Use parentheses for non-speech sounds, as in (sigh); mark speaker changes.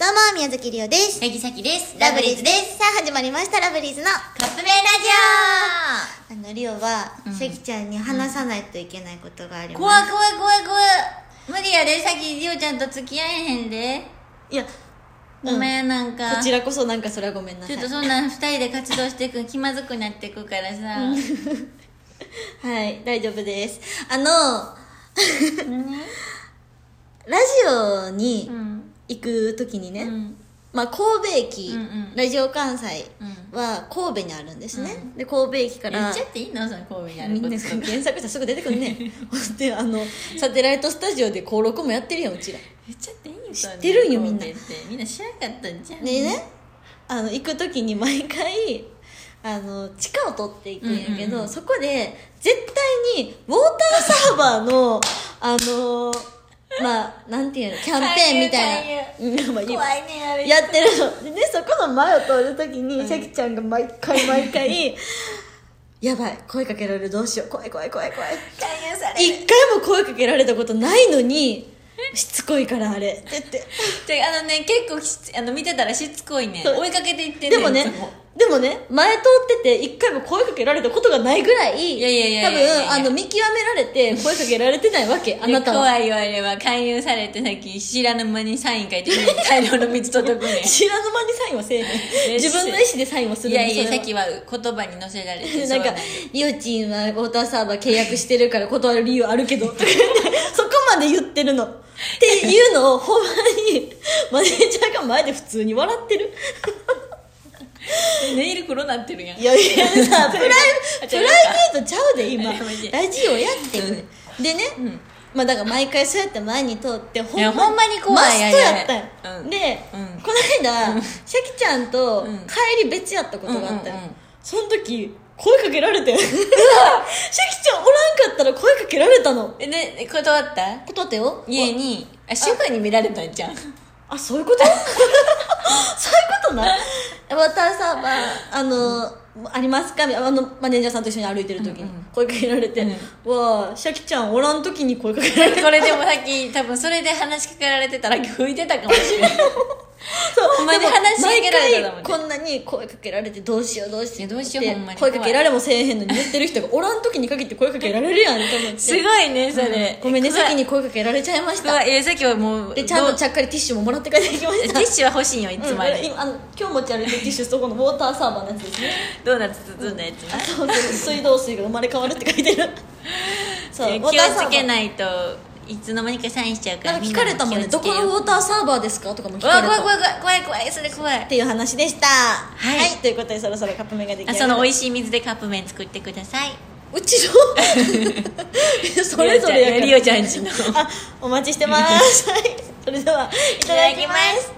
Speaker 1: は宮崎りおです
Speaker 2: ヤギサキです
Speaker 1: さあ始まりましたラブリーズの
Speaker 2: カップ麺ラ
Speaker 1: あのりおは、
Speaker 2: うん
Speaker 1: 関ちゃんに話さないといけないことがあり
Speaker 2: ジ
Speaker 1: ま
Speaker 2: オ
Speaker 1: す
Speaker 2: 怖い怖い怖い怖い無理やでさっきリオちゃんと付き合えへんで
Speaker 1: いや
Speaker 2: ごめん、なんか
Speaker 1: こちらこそなんかそれはごめんなさ
Speaker 2: ち
Speaker 1: い
Speaker 2: ょっとそんなん二人で活動していく気まずくなっていくからさ
Speaker 1: はい大丈夫ですあのラジオに
Speaker 2: うん
Speaker 1: 行く時に
Speaker 2: う
Speaker 1: ね、
Speaker 2: ん
Speaker 1: まあ、神戸駅、
Speaker 2: うんうん
Speaker 1: ラジオ関西
Speaker 2: うん
Speaker 1: は神戸にあるんですね、
Speaker 2: う
Speaker 1: で神戸駅から
Speaker 2: 言っちゃっていいのその神戸にある
Speaker 1: みん
Speaker 2: こと
Speaker 1: な
Speaker 2: とか
Speaker 1: 検索したらすぐ出てく
Speaker 2: (laughs)
Speaker 1: るねであのサテライトスタジオで登録もやってるやんうちら
Speaker 2: 言っちゃっていいの
Speaker 1: 知ってるんよ
Speaker 2: そ
Speaker 1: みん
Speaker 2: 神戸ってみんな知らなかったんじゃん
Speaker 1: でねあの行く時に毎回あの地下を取っていくんやけど、
Speaker 2: うんうんうん
Speaker 1: そこで絶対にウォーターサーバーのあのまあなんていうのキャンペーンみたいなうんまあ言う
Speaker 2: 怖いねあれ
Speaker 1: やってるのでねそこの前を通る時にシャキちゃんが毎回毎
Speaker 2: (laughs)
Speaker 1: 回「やばい声かけられるどうしよう怖い怖い怖い怖い」
Speaker 2: 勧誘される
Speaker 1: 一回も声かけられたことないのにしつこいからあれって言って
Speaker 2: てあのね結構きつあの見てたらしつこいね
Speaker 1: そう
Speaker 2: 追いかけていってん
Speaker 1: でもね
Speaker 2: いつ
Speaker 1: でもね前通ってて一回も声かけられたことがないぐらい
Speaker 2: いやいやいや
Speaker 1: 多
Speaker 2: いやいやいや
Speaker 1: 分あの見極められて声かけられて (laughs) ないわ
Speaker 2: (laughs)
Speaker 1: けあなたは
Speaker 2: 怖いよあれは勧誘されてさっき知らぬ間にサイン書いて大量の水届くね
Speaker 1: 知らぬ間にサインはせえへん
Speaker 2: 嬉しい
Speaker 1: 自分の意思でサインをする
Speaker 2: い
Speaker 1: んだ
Speaker 2: やいや
Speaker 1: そ
Speaker 2: さ
Speaker 1: れ
Speaker 2: っ
Speaker 1: は
Speaker 2: きは言葉に乗せられて
Speaker 1: なんか
Speaker 2: そう
Speaker 1: 「リオチンはウォーターサーバー契約してるから断る理由あるけど」と (laughs) か言ってそこまで言ってるのっていうのをほんまにマネージャーが前で普通に笑ってる
Speaker 2: なんネイル黒なってるやん
Speaker 1: いやいやさプライ
Speaker 2: あ
Speaker 1: プ
Speaker 2: (laughs)
Speaker 1: ラ
Speaker 2: 違う
Speaker 1: イベートちゃうで今
Speaker 2: (laughs) あごめんね
Speaker 1: ラジオやってるでね、
Speaker 2: うん
Speaker 1: まあだから毎回そうやって前に通ってほ
Speaker 2: いやほんまに怖い
Speaker 1: マストやったよ
Speaker 2: いやいやうん
Speaker 1: で、
Speaker 2: うん
Speaker 1: この間、シャキちゃんと
Speaker 2: うん
Speaker 1: 帰り別やったことがあったよ、
Speaker 2: うんうんうん
Speaker 1: その時声かけられ (laughs) てシャキちゃんおらんかったら声かけられたの
Speaker 2: えで断った
Speaker 1: 断ってよ
Speaker 2: 家にあ主婦に見られたん (laughs) じゃん
Speaker 1: あそういうこと (laughs) そういうことな私さまああの、ありますかみあのマネージャーさんと一緒に歩いてる時に声かけられて
Speaker 2: うん
Speaker 1: 「わあシャキちゃんおらん時に声かけられ (laughs) て
Speaker 2: これでもさっき多分それで話しかけられてたら吹いてたかもしれない
Speaker 1: そう
Speaker 2: ほんまに
Speaker 1: でも
Speaker 2: 話しかけられたんだ
Speaker 1: 毎
Speaker 2: もんね
Speaker 1: 回こんなに声かけられてどうしようどうしよう
Speaker 2: いやどうしよう
Speaker 1: って
Speaker 2: ほんまに
Speaker 1: 声かけられもせえへんのに言ってる人がおらん時に限って声かけられるやんと思って
Speaker 2: すごいねそれ
Speaker 1: ごめんね
Speaker 2: 怖い
Speaker 1: 先に声かけられちゃいました
Speaker 2: 怖いいやさっきはもう
Speaker 1: でちゃんと
Speaker 2: どう
Speaker 1: ちゃっかりティッシュももらって帰ってきまし
Speaker 2: テ
Speaker 1: (laughs)
Speaker 2: ィ
Speaker 1: た
Speaker 2: ッシュは欲しいよいつ
Speaker 1: うん
Speaker 2: ま
Speaker 1: (laughs)
Speaker 2: で、
Speaker 1: 今あの今日持ち歩いてるティッシュそこのウォーターサーバーのやつですね
Speaker 2: ドーナツ包んだやつな、
Speaker 1: そうそう水道水が生まれ変わるって書いてるそう
Speaker 2: 気をつけ
Speaker 1: い
Speaker 2: ないといつの間にかサインしちゃうか
Speaker 1: な
Speaker 2: ら
Speaker 1: んか聞かれたもんねどこのウォーターサーバーですかとかも聞
Speaker 2: う
Speaker 1: か
Speaker 2: わ
Speaker 1: れた
Speaker 2: 怖い怖い怖い怖い怖いそれ怖い
Speaker 1: っていう話でしたはいということでそろそろカップ麺ができ
Speaker 2: あ
Speaker 1: る
Speaker 2: その美味しい水でカップ麺作ってくださいう
Speaker 1: ちのそれぞれやから
Speaker 2: リオちゃんリオちゃんちの
Speaker 1: あお待ちしてますはいそれではいただきます